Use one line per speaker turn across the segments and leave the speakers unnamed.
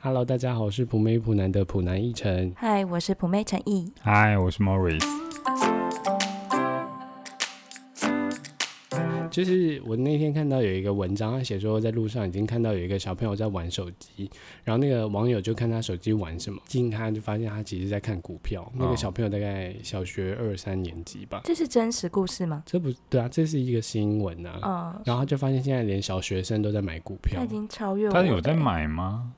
Hello，大家好，我是普美普南的普南一晨。
嗨，我是普妹陈毅。
嗨，我是 Morris。
就是我那天看到有一个文章，他写说在路上已经看到有一个小朋友在玩手机，然后那个网友就看他手机玩什么，近看就发现他其实在看股票。
哦
那个小朋友大概小学二三年级吧，
这是真实故事吗？
这不对啊，这是一个新闻啊。
呃
嗯，
然后他就发现现在连小学生都在买股票
他已，经超越我了。
他有在 买吗？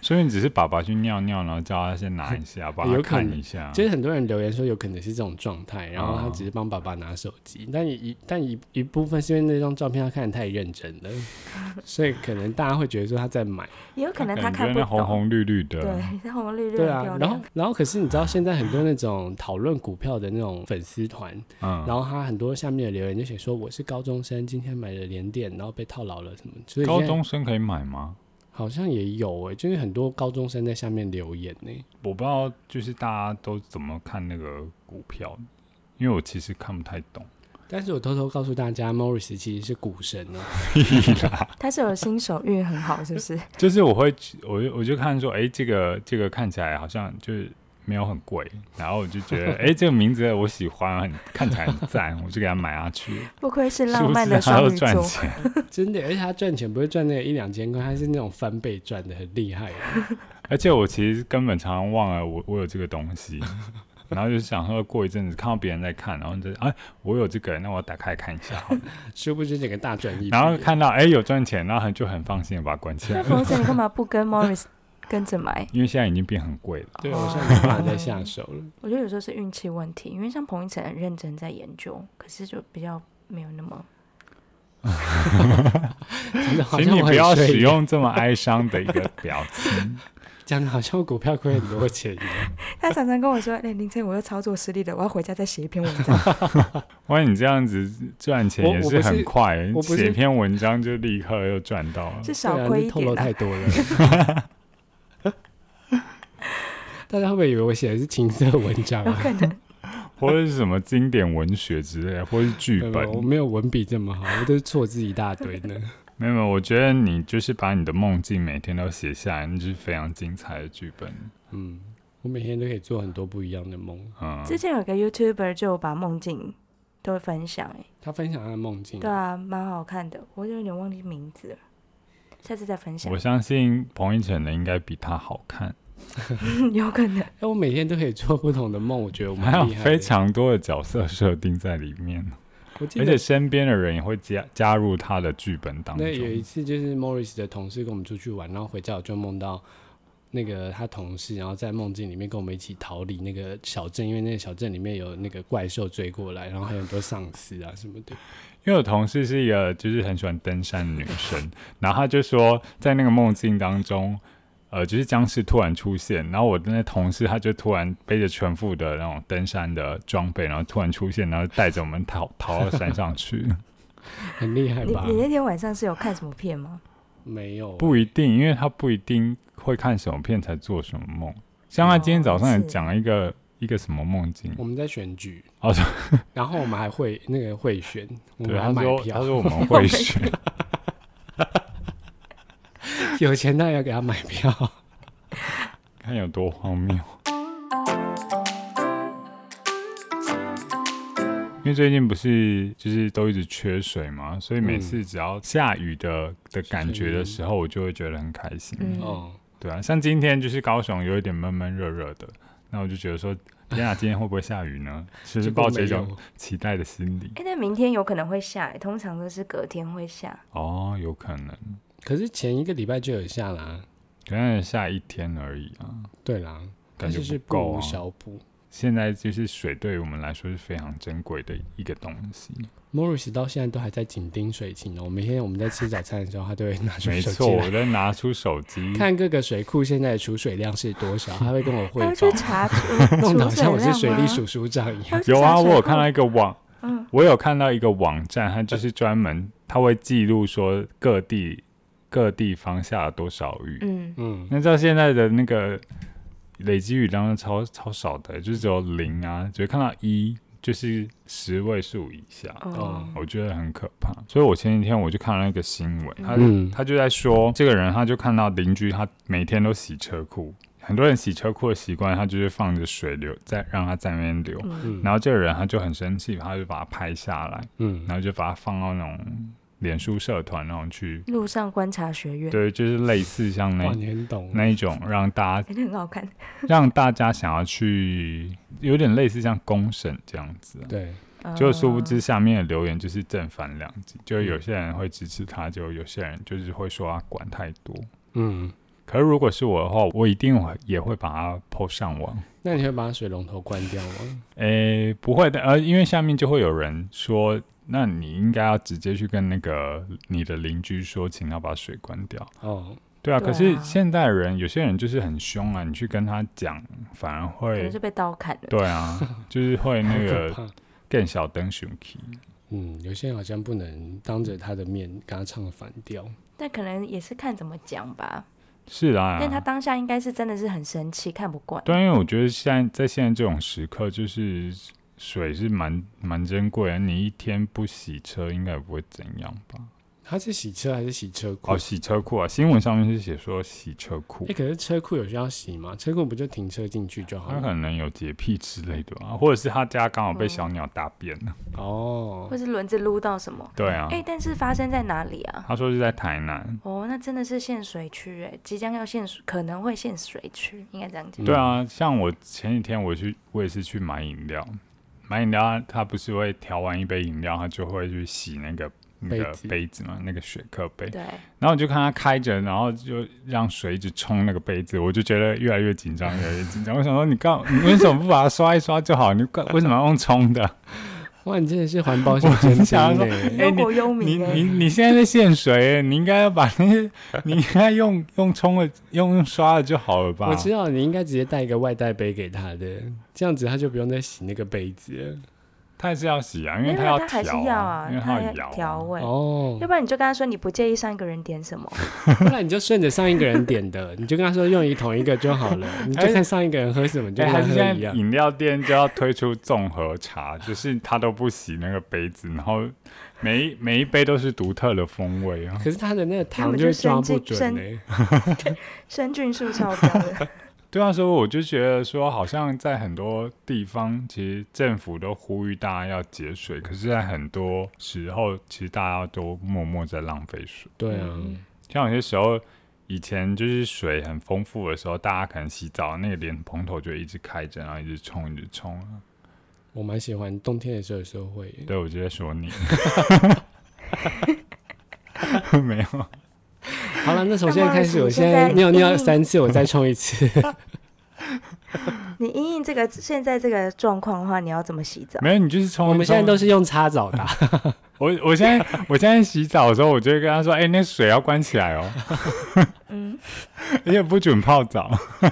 所以你只是爸爸去尿尿，然后叫他先拿 一下，帮他
有可能
看一下。
其实很多人留言说有可能是这种状态，然后他
哦
只是帮爸爸拿手机，但一但一一部分是因为那张照片他看得太认真了，所以可能大家会觉得说他在买，
也有可能他
感
看
觉
不
那
懂。
红红绿绿的，
对，红红绿绿
对
很漂
啊，
亮。
然后然后可是你知道现在很多那种讨论股票的那种粉丝团，
嗯，
然后他很多下面的留言就写说我是高中生，今天买了连电，然后被套牢了什么，所以
高
现在
中生可以买吗？
好像也有哎、就是很多高中生在下面留言呢、
我不知道，就是大家都怎么看那个股票，因为我其实看不太懂。
但是我偷偷告诉大家，Morris 其实是股神哦、
他是有新手运很好，是不 是？
就是我会，我就我就看说，哎、这个这个看起来好像就是没有很贵，然后我就 觉得，哎、这个名字我喜欢，很看起来很赞，我就给它买下去。
不愧是
是
浪
不
漫
是
的
还
双
要
鱼座
赚。钱？
真的，而且他赚钱不是赚那一两千块，他是那种翻倍赚的，很厉害。
而且我其实根本常常忘了我我有这个东 西，然后就想说过一阵子看到别人在看，然后就哎我有这个，那我打开看一 下好了，
殊不知整个大赚一笔。
然后看到哎有赚钱，然后很就很放心的把它关起
那
来，
冯姐，你干嘛不跟 Morris 跟着买？
因为现在已经变很贵了。
对我现在没办法再下手了。
我觉得有时候是运气问题，因为像彭一晨很认真在研究，可是就比较没有那 么。
真的好
请
像
你
我
不
很
要
衰
使用这么哀伤的一个表 情。
讲的好像我股票亏很多钱一样。
他常常跟我说：“哎、凌晨我又操作失利了，我要回家再写一篇文 章。
哇，你这样子赚钱
我
也
我不是
很快
我，不是
写篇文章就立刻又赚到了”。
至
对
少
啊，
亏
这
一
透
点
露
啦、
太多了。 大家会不会以为我写的是情色文章
有
啊？
可能。
或者是什么经典文学之类的，或是剧
没
本
有，我。没有文笔这么好，我都是错字一大堆呢。
没有，没有，我觉得你就是把你的梦境每天都写下来，那就是非常精彩的剧本。
嗯，我每天都可以做很多不一样的梦。
嗯，
之前有个 YouTuber 就把梦境都会分享、欸，
他分享他的梦
嗯
境，哎
对啊，蛮好看的，我有点忘记名字了，下次再分享
我，相信彭昱晨的应该比他好看，
有可能。
哎，我每天都可以做不同的梦，我觉得我蛮
还有
厉害的。
非，常多的角色设定在里面，
我记
而
得
且身边的人也会加加入他的剧本当
那有一
中。
次就是 Morris 的同事跟我们出去玩，然后回家我就梦到那个他同事，然后在梦境里面跟我们一起逃离那个小镇，因为那个小镇里面有那个怪兽追过来，然后还有很多丧尸啊什么的。
因为我同事是一个就是很喜欢登山的女生， 然后她就说在那个梦境当中。呃，就是僵尸突然出现，然后我的那同事他就突然背着全副的那种登山的装备，然后突然出现，然后带着我们逃逃到山上去。
很厉害
你
吧？
你那天晚上是有看什么片吗？
嗯
没有
不一定，因为他不一定会看什么片才做什么梦。像他今天早上也
哦是
讲了一个、一个什么梦境，
我们在选举
哦对，
然后我们还会那个会选，我
对
们
他
还买
说他
票，
说我们 会选，
有钱当然要给他买票。
看有多荒谬。因为最近不是就是都一直缺水嘛，所以每次只要下雨的、的感觉的时候，我就会觉得很开心。
嗯
哦，
对啊，像今天就是高雄有一点闷闷热热的，那我就觉得说，天啊，今天会不会下雨呢？其实
结果
抱着一
没
种
有
期待的心理。
哎、那明天有可能会下、欸，通常都是隔天会下。
哦，有可能，
可是前一个礼拜就有下啦。
可能下一天而已啊。
对啦，但
感觉
是是
不够
不
啊
无小补。
现在就是水对我们来说是非常珍贵的一个东西，
Morris 到现在都还在紧盯水情哦。我每天我们在吃早餐的时候，他都会拿出
没
手
错。
机
我
来
在拿出手 机，
看各个水库现在的储水量是多少，他会跟我汇
他会啊去
报，
查哦储
弄得好
储水
像我是
量
水利
吗
署署长一样。
他会去
有
查
啊，
水
我有
库
看到一个网，
嗯
我有看到一个网站，它就是专门，它会记录说各地各地方下了多少雨。
嗯，
嗯，
那照现在的那个累积雨量超超少的，就是只有零啊，只会看到一，就是十位数以下，
哦
哦，
我觉得很可怕。所以我前几天我就看了一个新闻，他
嗯
他就在说，这个人他就看到邻居他每天都洗车库，很多人洗车库的习惯，他就是放着水流在让它在那边流。
嗯
嗯
然后这个人他就很生气，他就把它拍下来，
嗯
然后就把它放到那种脸书社团，然后去
路上观察学院，
对，就是类似像那
哇，你很懂，
嗯
啊
那一种让大家
真的很好看。
让大家想要去，有点类似像公审这样子、啊。
对，
哦
就殊不知下面的留言就是正反两极，就有些人会支持他，就有些人就是会说他管太多。
嗯，
可是如果是我的话，我一定会也会把它抛上
嗯
网。
那你会把水龙头关掉吗？
诶、不会的，呃，因为下面就会有人说，那你应该要直接去跟那个你的邻居说，请他把水关掉。
哦，
对啊，
对啊
可是现代人有些人就是很凶啊，你去跟他讲，反而
可能
会
是被刀砍了。
对啊，就是会
好
那
可
个
怕。
更小灯熊 key。
嗯，有些人好像不能当着他的面跟他唱反调。
但可能也是看怎么讲吧。
是啊，
但他当下应该是真的是很生气，看不惯。
对，因为我觉得现在在现在这种时刻，就是水是蛮蛮珍贵的。你一天不洗车，应该也不会怎样吧？
他是洗车还是洗车库？
哦，洗车库啊，新闻上面是写说洗车库
哎、，可是车库有需要洗吗？车库不就停车进去就好
他
了？
可能有洁癖之类的啊，或者是他家刚好被
嗯
小鸟大便了。
哦
或，是轮子撸到什么？
对啊，
哎、但是发生在哪里啊？
他说是在台南。
哦，那真的是限水区哎，即将要限水，可能会限水区，应该这样
嗯
讲。
对啊，像我前几天我去，我也是去买饮料，买饮料他他不是会调完一杯饮料，他就会去洗那个那
杯
个
子
杯子嘛，那个雪克杯。
对，
然后我就看他开着，然后就让水一直冲那个杯子，我就觉得越来越紧张，越来越紧张。我想说，你干，你为什么不把它刷一刷就好？你干为什么要用冲 的？
哇，你真的是环保小尖欸
我
尖
想说
呢！
忧国忧
哎你
民
你
哎，
你现在在限水，你应该要把那些， 你应该用用冲的，用用刷的就好了吧？
我知道你应该直接带一个外带杯给他的，这样子他就不用再洗那个杯子了。
他还是要洗啊，因
没
为
有
他
啊，
调、
还是要啊，
因为
他
要摇、
调味。
哦
要，不然你就跟他说你不介意上一个人点什么，
不然你就顺着上一个人点的，你就跟他说用一同一个就好了，你就看上一个人喝什么，你就
哎、
跟他
还是
喝
现
一
在
样。
饮料店就要推出综合茶， 就是他都不洗那个杯子，然后每一每一杯都是独特的风味啊。
可是他的那个
那我
糖
们
就会
就
抓
生
不
进
准呢、欸
生菌数超高 的。
对啊，所以我就觉得说，好像在很多地方，其实政府都呼吁大家要节水，可是，在很多时候，其实大家都默默在浪费水。
对啊，
嗯
像有些时候，以前就是水很丰富的时候，大家可能洗澡那个莲蓬头就一直开着，然后一直冲，一直冲啊。
我蛮喜欢冬天的时候有时候 会。
对，我就在说你。 没有，
好了，那从现在开始，
那么
我现
现
在
在
尿尿
嗯
三次，我再冲一 次。
你因应这个现在这个状况的话，你要怎么洗澡？
没有，你就是冲。
我们现在都
是
是用擦澡的啊、
我，我现在我现在洗澡的时候，我就会跟他说：“哎、那水要关起来哦。”
嗯，
而且不准泡澡，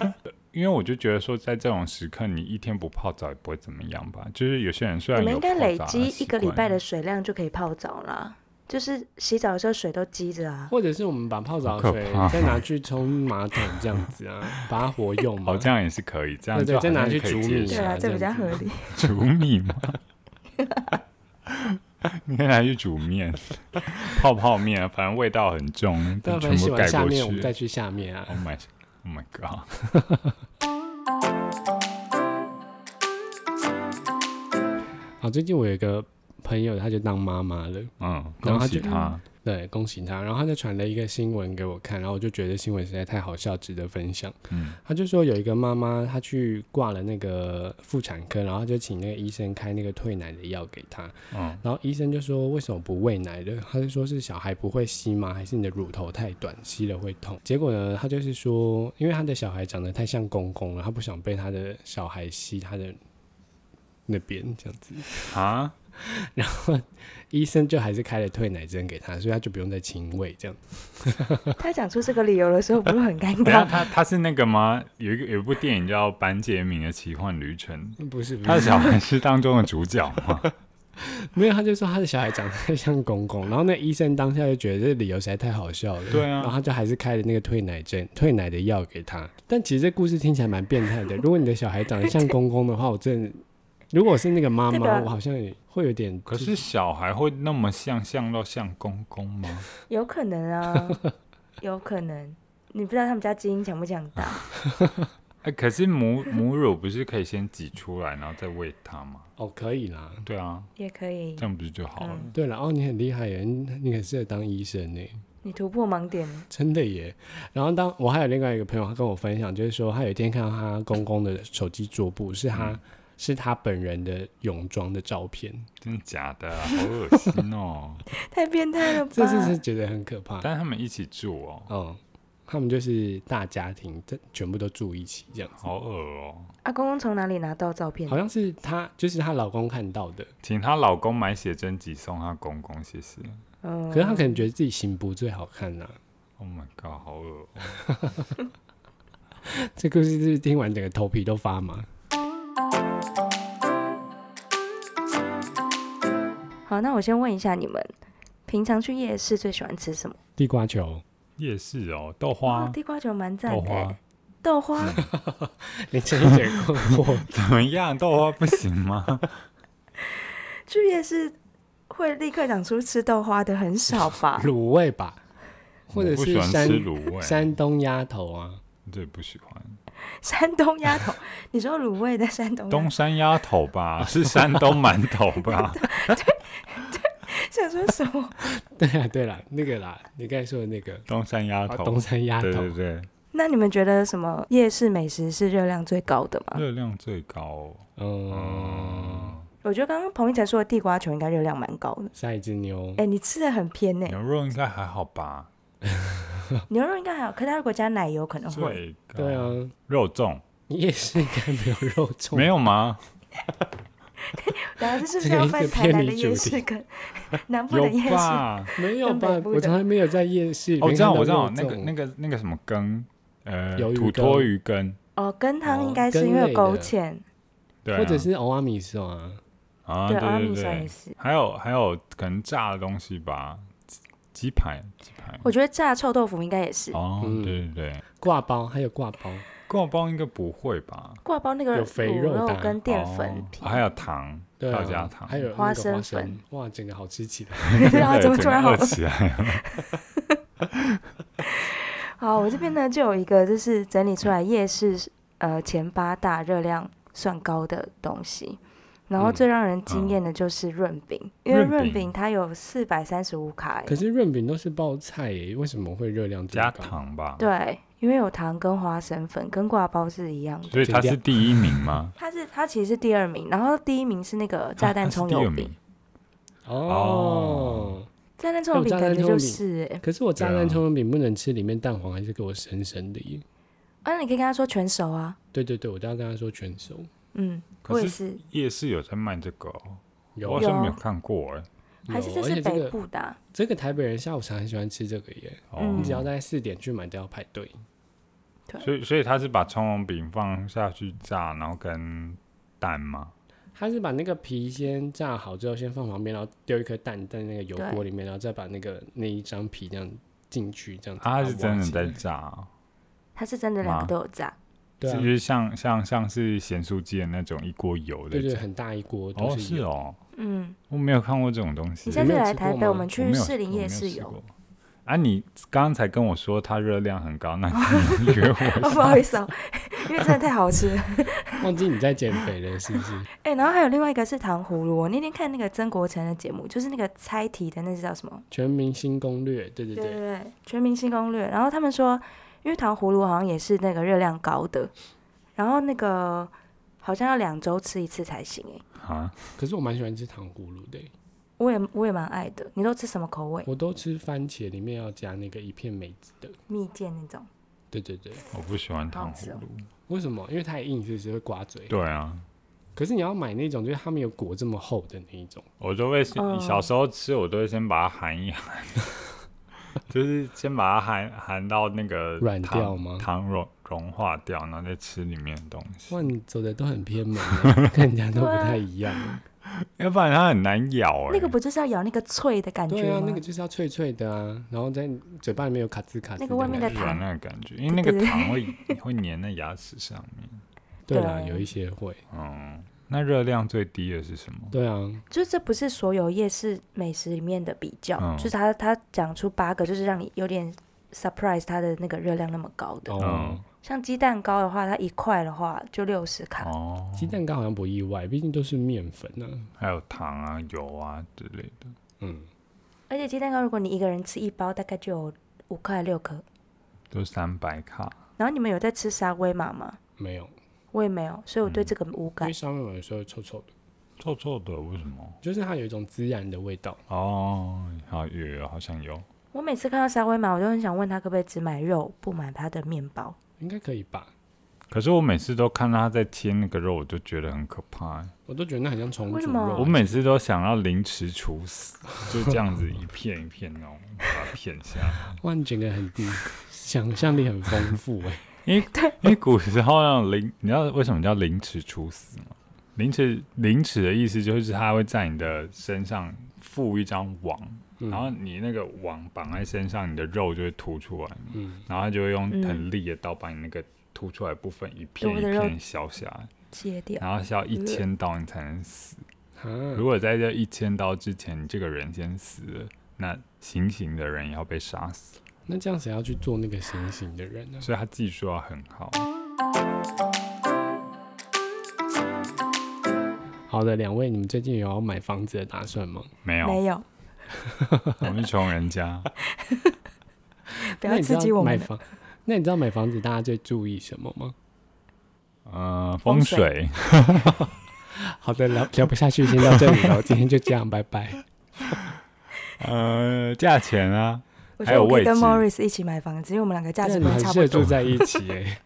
因为我就觉得说，在这种时刻，你一天不泡澡也不会怎么样吧。就是有些人虽
你
然
们
有
应该
泡
累
澡啊
积一个礼拜
习惯
的水量就可以泡澡啦，就是洗澡的时候水都积着啊。
或者是我们把泡澡
好可
水
怕
再拿去冲马桶这样子啊，把它活用嘛
哦，。这样也是可以，这样
对对
就
再拿去
煮
煮米
对
是啊
啊，这比
这
较
样子
合理。
煮米吗？ 你可以拿去煮面，泡泡面啊，反正味道很重，
但
全
凡洗
部
完
盖
下
过去。
面，我们再去下面啊。
Oh my, oh my god！
好，最近我有一个朋友，他就当妈妈了，
嗯，
然后
恭
他
喜
就
他。
对，恭喜他。然后他就传了一个新闻给我看，然后我就觉得新闻实在太好笑，值得分享。
嗯，
他就说有一个妈妈，她去挂了那个妇产科，然后就请那个医生开那个退奶的药给她，
嗯，
然后医生就说为什么不喂奶了？他就说是小孩不会吸吗？还是你的乳头太短，吸了会痛？结果呢，他就是说，因为他的小孩长得太像公公了，他不想被他的小孩吸他的那边这样子。
啊，
然后 医生就还是开了退奶针给他，所以他就不用再亲喂这样。
他讲出这个理由的时候，不是很尴
等一下
尬？
他他是那个吗？有一个有一部电影叫《班杰明的奇幻旅程
不是，》，不
他的
是，
小孩是当中的主角吗？
没有，他就说他的小孩长得太像公公，然后那医生当下就觉得这理由实在太好笑了。
对啊
然后他就还是开了那个退奶针、退奶的 药给他。但其实这故事听起来蛮变态的。如果你的小孩长得像公公的话，我真的如果是那个妈
代表
妈，我好像也会有点
可
啊就是
小孩会那么像像到像公公吗？
有可 能啊，有可能。你不知道他们家基因强不强大？
哎、可是母母乳不是可以先挤出来，然后再喂它吗？
哦，可以啦。
对啊，
也可以
这，样不是就好了？
嗯
对了，哦，你很厉害耶，你你很适合当医生呢。
你突破 盲点了。
真的耶。然后当我还有另外一个朋友，他跟我分享，就是说他有一天看到他公公的手机桌布是他、是他本人的泳装的照片，
真的假的、啊？好恶心哦！
太变态了吧！
这是是觉得很可怕。
但是他们一起住哦，
嗯，他们就是大家庭，这全部都住一起这样子。
好恶哦！
啊，公公从哪里拿到照片
好？像是她，就是她老公看到的，
请她老公买写真集送她公公，谢谢。
嗯，
可是她可能觉得自己行不最好看啊呐、
Oh my god，好恶、哦！
这故事就是听完整个头皮都发麻。
好，那我先问一下你们，平常去夜市最喜欢吃什么？
地瓜球，
夜市哦，豆
哦
花，
地瓜球蛮赞
豆
的
花
欸。豆花，
嗯你这一整困惑，
怎么样？豆花不行吗？
去夜市会立刻想出吃豆花的很少 吧？
卤味吧，或者
我不
是
喜欢
山
吃卤味，
山东鸭头啊，
对，不喜欢。
山东鸭头，你说卤味的山东鸭
东山鸭头 吧，是山东馒头吧？
想说什么？
对啊，对啦，那个啦，你刚才说的那个
东山鸭
啊
头，
东山鸭
对
头
对，对，
那你们觉得什么夜市美食是热量最高的吗？
热量最高哦、
嗯，
我觉得刚刚彭一才说的地瓜球应该热量蛮
嗯
高的。
杀一只牛
哎、，你吃的很偏呢、
牛肉应该还好吧？
牛肉应该还好，可它如果加奶油可能嗯会。
最高
对，啊，
肉粽
你也是应该没有肉粽，
没有吗？
然后这
这
是不是
个
要
一直
分台
偏
南
离
的夜
主
市
题
跟南部的夜
有
市？
吧？
没有
跟
吧
北？部
我
的
从来没有在夜市，
哦，我知道，我知道，
没看
那
到
个
肉粽
那个那个什么羹，呃，
鱿鱼
土
羹
托鱼羹，
哦，羹汤
哦
应该是
羹
因为有
类
勾
的
芡，
对啊，
或者是欧阿米索啊，
啊，
对
对
阿米
对
索也
对，
是。
还有还有可能炸的东西吧，鸡鸡排，鸡排，
我觉得炸臭豆腐应该也是，
哦，
嗯
对对对，
挂包还有挂包，
挂包应该不会吧？
挂包那个
有肥
卤
肉的啊
跟淀粉
哦
皮，
还有糖，
对
还有加
啊，
糖，
还有那个
花
花
生
生
粉，
哇，整个好吃起来。
然后怎么突然好
整个饿起来了？
好，我这边
嗯
呢就有一个，就是整理出来夜市呃前八大热量算高的东西，然后
嗯
最让人惊艳的就是润饼，因为
润饼
润饼它有四百三十五卡耶，
可是润饼都是包菜耶，为什么会热量这
加
么高？
糖吧，
对，因为有糖跟花生粉，跟挂包是一样的。
所以它是第一名吗？
它是它其实是第二名，然后第一名是那
啊
个炸弹
它是
葱
第
油
二
饼
名，，
哦
哦。
炸弹葱油
哦
饼
炸
感
弹
觉
葱油
就
饼
是哎，
可是我炸
对啊
弹葱油饼不能吃，里面蛋黄还是给我生生的耶。
啊，你可以跟他说全熟啊，
对对对，我刚刚跟他说全熟，
嗯，
可
我也
是
是，
夜市有在卖这个哦，
有
啊
我好像没有看过哎。
还是这
有而
是
且这
北
个
部的啊，
这个台北人下午茶很喜欢吃这个耶，
哦
你
嗯
只要在四点去买都要排队。
所以所以他是把葱油饼放下去炸，然后跟蛋吗？
他是把那个皮先炸好之后，先放旁边，然后丢一颗蛋在那个油
对
锅里面，然后再把那个那一张皮这样进去，这样子把它
啊，
挖
他
起
是
来。
真的在炸、哦，
它是真的两个
啊
麻
都有炸，
对
是
啊
就，是像像像是咸酥鸡的那种一锅油的
对
炸。
对，很大一锅都
哦，
是
是
油。
哦，
嗯。
我没有看过这种东西
你。下
没
次
有
来
吃
台
过
北，我
吗
们
我
我
去
没有
士林
我没
夜
有
市
试
有。
过啊，你刚才跟我说它热量很高，那你 约我
哦，不好意思哦，因为真的太好吃了。
忘记你在减肥了是不 是？
哎、然后还有另外一个是糖葫芦，我那天看那个曾国成的节目，就是那个猜题的，那是叫什么？
全明星攻略，对对
对对
对，
对，全明星攻略。然后他们说，因为糖葫芦好像也是那个热量高的，然后那个好像要两周吃一次才行哎、
啊，
可是我蛮喜欢吃糖葫芦的耶，
我也我也蛮爱的，你都吃什么口味？
我都吃番茄，里面要加那个一片梅子的。
蜜饯那种。
对对对，
我不喜欢
好
糖
吃
葫
哦
芦。
为什么？因为太硬，是不是会刮嘴？
对啊，
可是你要买那种，就是他们有裹这么厚的那 一种，
我都会先
嗯
小时候吃，我都会先把它含一含， 就是先把它含含到那个
软
糖
掉吗
糖融融化掉，然后再吃里面的东西
哇，，你走的都很偏门欸，跟人家都不太一样。
要不然它很难咬哎、
那个不就是要咬那个脆的感
对
觉
啊
吗？，
那个就是要脆脆的啊，然后在嘴巴里面有卡兹卡兹。
那个外面的
感觉
软
糖
那个感觉，因为那个
对对
糖会会粘在牙齿上面。
对啦，
对
有一些会。
哦
嗯，那热量最低的是什么？
对啊，
就是这不是所有夜市美食里面的比较，
嗯
就是他他讲出八个，就是让你有点 surprise 它的那个热量那么高的。
哦，
像鸡蛋糕的话，它一块的话就六十卡，
哦，
鸡蛋糕好像不意外，毕竟都是面粉呢、
还有糖啊、油啊之类的。
嗯，
而且鸡蛋糕如果你一个人吃一包，大概就有五块六颗。
就三百卡，
然后你们有在吃沙威玛吗？
没有，
我也没有，所以我对这个无
因
感
为。烧面有时候臭臭的，
臭臭的，为什么？
就是它有一种孜然的味道。
哦，好有有好像有，
我每次看到沙威玛，我就很想问他可不可以只买肉，不买他的面包。
应该可以吧？
可是我每次都看到他在切那个肉，我就觉得很可怕、
啊
欸
我都觉得那很像重
为什
组
么
肉。
我每次都想要凌迟处 死，就这样子一片一片那种把它片下来。
哇，你整个很低，想象力很丰富 哎、
因为因为古时候那种凌，你知道为什么叫凌迟处死吗？凌迟凌迟的意思就是它会在你的身上附一张网，
嗯
然后你那个网绑在身上，你的肉就会凸出来，
嗯，
然后它就会用
嗯
很利的刀把你那个凸出来的部分一片
我
一
的肉嗯
片削下来，
切掉。
然后削一千刀你才能死。
啊
如，果在这一千刀之前，你这个人先死了，那行刑的人也要被杀死，
那这样谁要去做那个醒醒的人呢、
所以他技术要很好。
好的，两位，你们最近有要买房子的打算吗？
没有，
没有，
我们是穷人家。
不
那
要
你知
刺
道
激我
买
们了。
房，那你知道买房子大家最注意什么吗？
呃，
风
风
水
水，
好的，聊聊不下去，先到这里了，今天就这样，拜拜。
呃，价 钱啊，
我觉
还
得
有
我可以
位
跟
置
Morris 一起买房子，因为我们两个价值
但你
观
很
差
适
不
合住
多。
在一起哎、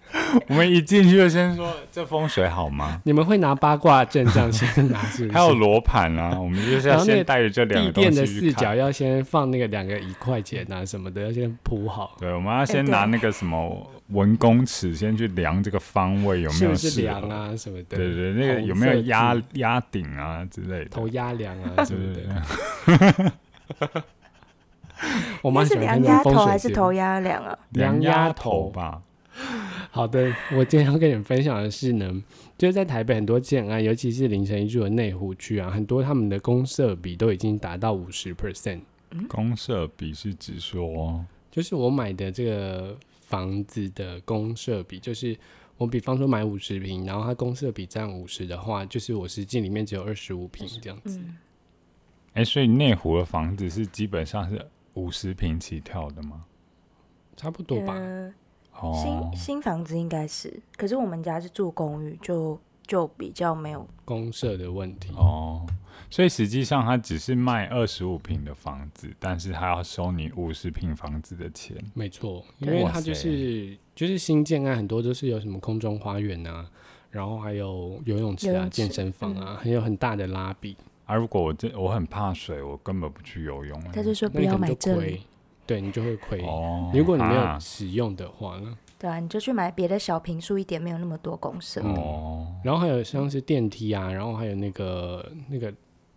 我们一进去就先说这风水好 吗？
你们会拿八卦阵这样先拿出，
还有罗盘啊，我们就是要
然后那
先带着这两
地
个东
垫的
西去
四角
看。
要先放那个两个一块钱啊什么的，要先铺好，
对，我们要先
对
拿那个什么文公尺，先去量这个方位有没
是
有
不是
适
量
合。
啊什么的？
对对，对那个
红
有没有
色
压
字
压顶啊之类的？
头压梁啊什
对
么
对对
的？我
那
蛮
是
喜欢看
量
这
鸭
种风
头
水
还是
节
头
目
鸭梁啊？
量压头
头吧？
好的，我今天要跟你们分享的是呢，就是在台北很多建案，尤其是凌晨一住的内湖区啊，很多他们的公社比都已经达到五十 percent。
公社比是指说，
就是我买的这个房子的公设比，就是我比方说买五十平，然后它公设比占五十的话，就是我实际里面只有二十五平这样子。
嗯，
哎，所以内湖的房子是基本上是五十平起跳的吗？
差不多吧，
呃
哦
新，新房子应该是，可是我们家是住公寓，就就比较没有。
公社的问题。
哦，所以实际上他只是卖二十五平的房子，但是他要收你五十平房子的钱。
没错，因
对
为
哇
它就
塞
是就是新建案很多都是有什么空中花园啊，然后还有游泳池
游
啊、
泳池嗯
健身房啊，还有很大的拉比，
啊，如果我这我很怕水，我根本不去游泳、
他就说
那
不
你
要
可能
买
就
这
亏
里，，
对你就会亏。
哦，
如果你没有
啊
使用的话呢？
对啊，你就去买别的小平数一点，没有那么多公设。
嗯
哦，
然后还有像是电梯啊，然后还有那个那个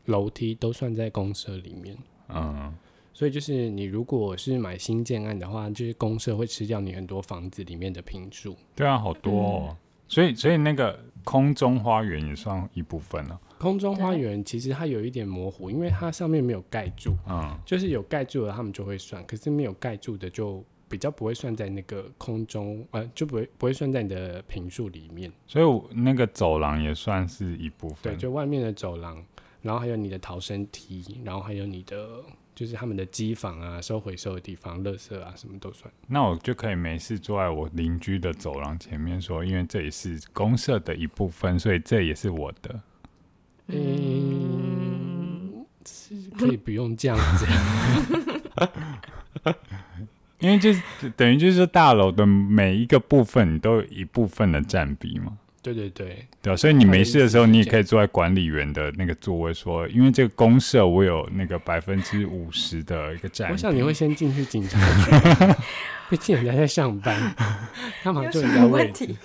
楼梯都算在公社里面。
嗯，
所以就是你如果是买新建案的话，就是公社会吃掉你很多房子里面的平数。
对啊，好多、哦。
嗯
所以，所以那个空中花园也算一部分哦了。
空中花园其实它有一点模糊，因为它上面没有盖住，
嗯，
就是有盖住的他们就会算，可是没有盖住的就比较不会算在那个空中，呃，就不会不会算在你的平数里面。
所以我那个走廊也算是一部
对，
分。
就外面的走廊，然后还有你的逃生梯，然后还有你的就是他们的机房啊、收回收的地方、垃圾啊，什么都算。
那我就可以没事坐在我邻居的走廊前面说，因为这也是公社的一部分，所以这也是我的。
嗯，是可以不用这样子。
因为就是等于就是大楼的每一个部分，你都有一部分的占比嘛，
对对对，
对吧、啊所以你没事的时候，
它的
你
意思是
也可以坐在管理员的那个座位说，因为这个公社我有那个百分之五十的一个占比。
我想你会先进去警察局， 毕竟人家在上班，干嘛
有
就
什
人家
么问
位置
题？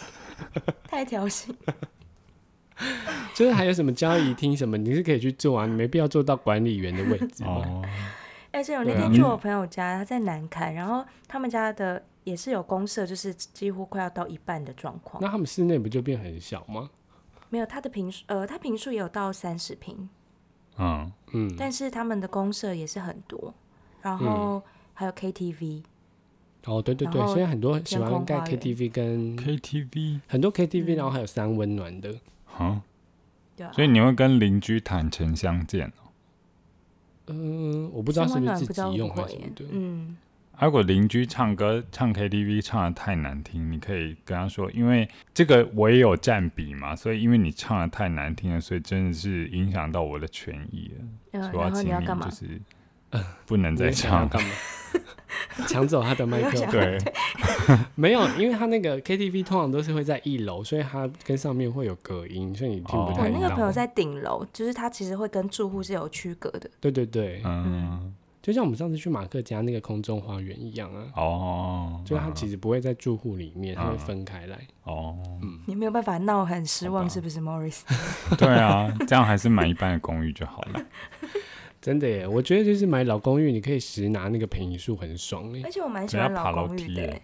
太挑衅，
就是还有什么交易厅什么，你是可以去做啊，你没必要做到管理员的位置嘛。
哦，
而哎且我
对
那
啊
天去我朋友家，他在南开，然后他们家的也是有公社，就是几乎快要到一半的状况
那。他们室内不就变很小吗？
没有，它的平数，呃，它平数也有到三十平，
嗯，
嗯，
但是他们的公社也是很多，然后还有 KTV，
哦，对对对
然，后
现在很多喜
天
欢
空
盖
花园嗯
KTV 跟
KTV
很多 KTV，然后还有三温暖的，
好，
对啊，
所以你会跟邻居坦诚相见哦。
嗯，我不知道
三
是
温
不
暖
是
不
自己
知道会
用
不
还
会
是什么
耶
的，
嗯，
啊如果邻居唱歌唱 KTV 唱的太难听，你可以跟他说，因为这个我也有占比嘛，所以因为你唱的太难听了，所以真的是影响到我的权益了，
呃
所以我
然后
请
你要干
你
嘛
就？是不能
你
再
在想要
唱。
干嘛？ 抢走他的 麦克
我
风
想？
对，
没有，因为他那个 KTV 通常都是会在一楼，所以它跟上面会有隔音，所以你听不
我
太
哦那
到。
个朋友在顶楼，就是他其实会跟住户是有区隔的，
对对对，
嗯，
就像我们上次去马克家那个空中花园一样啊，
哦，
就是它其实不会在住户里面，它会
嗯
分开来。
哦，
你没有办法闹很失
好
望，
吧
是不是，Morris？
对啊，这样还是买一般的公寓就好了。
真的耶，我觉得就是买老公寓，你可以实拿那个平数，很爽耶
哎
而且我蛮喜
可能
欢
要爬
老
楼
公
梯
寓的
耶
欸，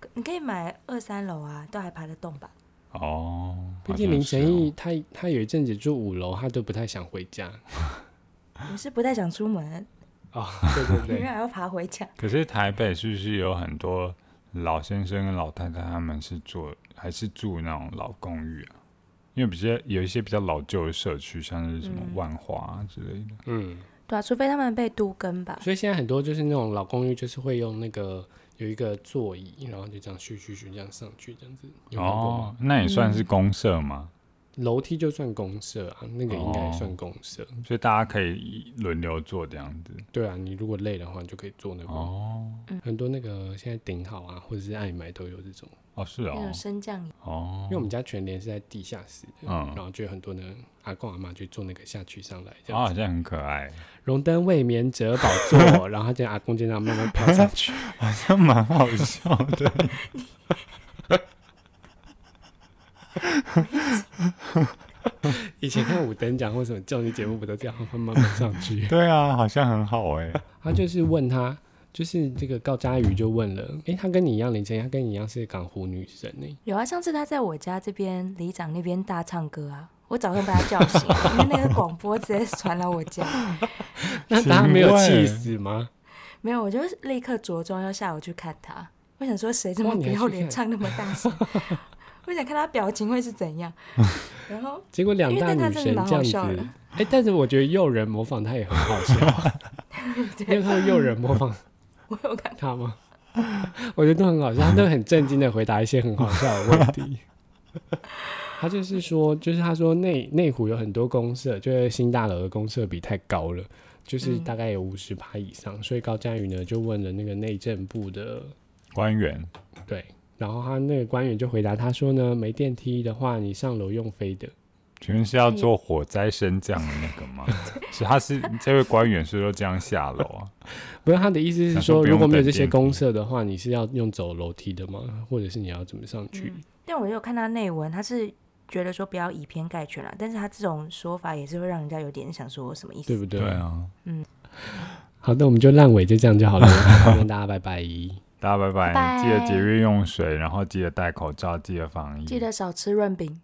可你可以买二三楼啊，都还爬得动吧？
哦，
毕
好
竟
像
林
是
晨
哦
毅他他有一阵子住五楼，他都不太想回家。
我是不太想出门，
哦， 对对
因
对，
为还要爬回家。
可是台北是不是有很多老先生跟老太太他们是住还是住那种老公寓啊？因为比较有一些比较老旧的社区，像是什么
嗯
万华、啊、之类的，
嗯，
对啊，除非他们被都跟吧。
所以现在很多就是那种老公寓，就是会用那个有一个座椅，然后就这样咻咻咻这样上去，这样子。有看过吗
哦，那也算是公社嘛，
楼梯就算公社啊，那个应该也
哦
算公社。
所以大家可以轮流做这样子。
对啊，你如果累的话，你就可以做那个。
哦，
很多那个现在顶好啊，或者是爱买都有这种。
哦是
那
哦
种，升降椅，
哦
因为我们家全联是在地下室的，
嗯
然后就有很多呢阿公阿妈就坐那个下去上来这
哦
样
好
子。
像很可爱，
荣登未眠者宝座， 然后他就阿公就这样慢慢飘上 去。
好像蛮好笑 的。
以前看五等奖或什么综艺节目，不都这样慢慢慢上 去？
对啊，好像很好 哎、
他就是问他，就是这个高佳瑜就问了，诶，他跟你一样林晨，他跟你一样是港湖女神呢、
有啊，上次他在我家这边里长那边大唱歌啊，我早上被他叫醒，因为那个广播直接传来我家，
那他没有
请问
气死吗？
没有，我就立刻着装要下午去看他。我想说谁这么
哦哇你
不
还
要
去
脸，
看
唱那么大声， 我想看他表情会是怎 样。然后
结果两大女神这
因
样子
为那他真的蛮好笑的，
哎、但是我觉得诱人模仿他也很好 笑。你有看过诱人模仿
我有看，
他吗？我觉得都很好笑，他都很震惊的回答一些很好笑的问 题。他就是说，就是他说内内湖有很多公社，就是新大楼的公社比太高了，就是
嗯
大概有五十趴以上，所以高嘉瑜呢就问了那个内政部的
官员
对，然后他那个官员就回答他说呢，没电梯的话，你上楼用飞的。
请问是要做火灾升降的那个吗？ 是，他是这位官员是说这样下楼啊？
不是他的意思是
想说
说，
不
如
用
果没有
等
这些
电
公
梯
社的话，你是要用走楼梯的吗？或者是你要怎么上去？
但我有看他内文，他是觉得说不要以偏概全啦，但是他这种说法也是会让人家有点想说什么意思
对。不对？
啊，
好的，我们就烂尾，就这样就好 了，跟大家拜拜。
大家拜
拜
拜，
拜
记得节约用水，然后记得戴口罩，记得防疫，
记得少吃润饼。